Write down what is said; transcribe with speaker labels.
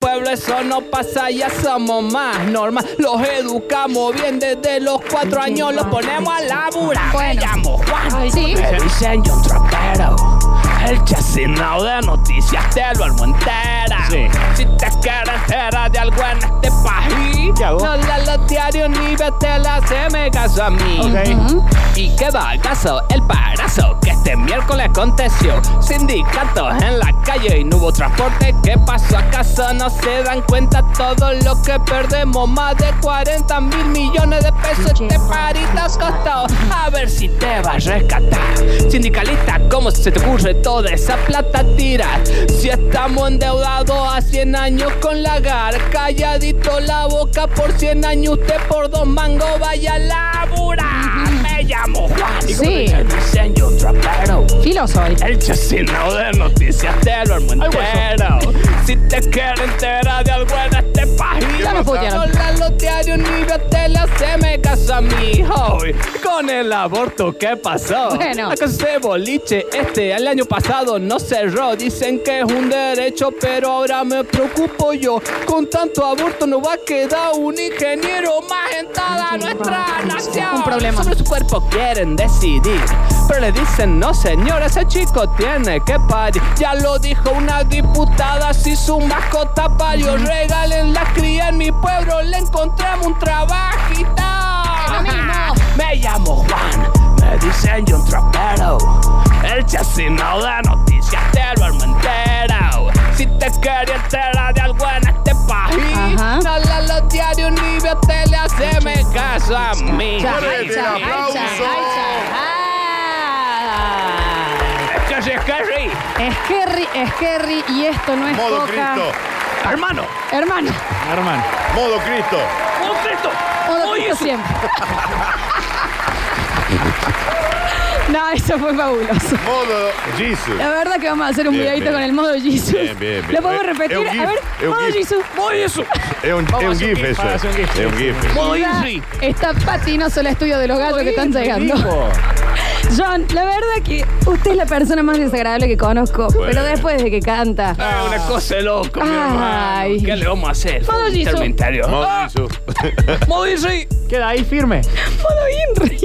Speaker 1: pero eso no pasa, ya somos más normal. Los educamos bien desde los cuatro años, los ponemos a laburar.
Speaker 2: Bueno.
Speaker 1: Me llamo Juan,
Speaker 2: Sí.
Speaker 1: me dicen John Trapero. El chacinado de noticias te lo armo entera.
Speaker 3: Sí.
Speaker 1: Si te quieres enterar de algo en este país,
Speaker 3: ¿Qué hago?
Speaker 1: no leas los diarios ni vete la me caso a mí.
Speaker 3: Ok.
Speaker 1: Y quedó al caso el parazo que este miércoles aconteció. Sindicatos en la calle y no hubo transporte. ¿Qué pasó? ¿Acaso no se dan cuenta todo lo que perdemos? Más de 40 mil millones de pesos este parito has costado. A ver si te va a rescatar. Sindicalista, ¿cómo se te ocurre toda esa plata tirar? Si estamos endeudados a 100 años con la gar, calladito la boca por 100 años, usted por dos mangos vaya a laburar. Me llamo Juan.
Speaker 2: Sí.
Speaker 1: Me dicen yo trapero.
Speaker 2: Filosoy.
Speaker 1: El chacinado de noticias te lo armo
Speaker 3: Algo
Speaker 1: entero. Si te quieres enterar de algo en este país,
Speaker 2: Ya me
Speaker 1: no
Speaker 2: putearon.
Speaker 1: leas los diarios ni veo tele, haceme caso a mi hoy. Con el aborto, ¿qué pasó?
Speaker 2: Bueno.
Speaker 1: ¿Acaso ese boliche este el año pasado no cerró? Dicen que es un derecho, pero ahora me preocupo yo. Con tanto aborto no va a quedar un ingeniero más en toda nuestra nación.
Speaker 2: Un problema.
Speaker 1: Sobre su cuerpo quieren decidir. Pero le dicen, no señor, ese chico tiene que parir. Ya lo dijo una diputada, si su mascota parió, regalen la cría en mi pueblo, le encontramos un trabajito.
Speaker 2: lo mismo.
Speaker 1: Me llamo Juan, me dicen John Trapero. El chacinado de noticias te lo armo entero. Si te quería enterar de algo en este país,
Speaker 2: Ajá.
Speaker 1: no leas los diarios ni veo tele, haceme caso a mí.
Speaker 2: Cha,
Speaker 3: Fuerte el
Speaker 2: cha,
Speaker 3: aplauso.
Speaker 2: cha, cha,
Speaker 1: Es que sí, es que sí.
Speaker 2: cha. Esquerri, Esquerri, y esto no es
Speaker 4: Modo
Speaker 2: coca.
Speaker 4: Cristo.
Speaker 1: Hermano,
Speaker 2: Hermano,
Speaker 3: Hermano.
Speaker 4: Modo Cristo.
Speaker 1: un Cristo.
Speaker 2: modo
Speaker 1: Oye,
Speaker 2: Cristo
Speaker 1: su-
Speaker 2: siempre. no, eso fue fabuloso.
Speaker 4: Modo Jesus.
Speaker 2: La verdad que vamos a hacer un
Speaker 4: Bien,
Speaker 2: videito
Speaker 4: bien.
Speaker 2: con el modo Jesus.
Speaker 4: Bien, bien, bien.
Speaker 2: ¿Lo podemos
Speaker 4: Eh,
Speaker 2: repetir?
Speaker 4: es un
Speaker 2: a
Speaker 4: GIF,
Speaker 2: ver,
Speaker 4: es un
Speaker 2: modo
Speaker 4: GIF.
Speaker 2: Jesus.
Speaker 1: oye, su-
Speaker 4: Es un,
Speaker 3: Vamos
Speaker 4: es
Speaker 3: a
Speaker 4: un
Speaker 3: hacer un
Speaker 4: GIF
Speaker 3: GIF,
Speaker 4: eso.
Speaker 3: para hacer un GIF.
Speaker 4: Es un GIF.
Speaker 1: Modo
Speaker 2: Está-
Speaker 1: easy.
Speaker 2: Está patinoso la estudio de los gallos que están llegando. John, la verdad que usted es la persona más desagradable que conozco, pero después de que canta.
Speaker 1: Ah, una cosa de loco, mi
Speaker 2: Ay.
Speaker 1: hermano. ¿Qué le vamos a hacer?
Speaker 2: Modo
Speaker 1: Un
Speaker 2: Jesus.
Speaker 1: intermentario.
Speaker 4: Modo
Speaker 1: Ah,
Speaker 4: Jesus.
Speaker 1: Modo Easy.
Speaker 3: Queda ahí firme.
Speaker 2: Modo Inri.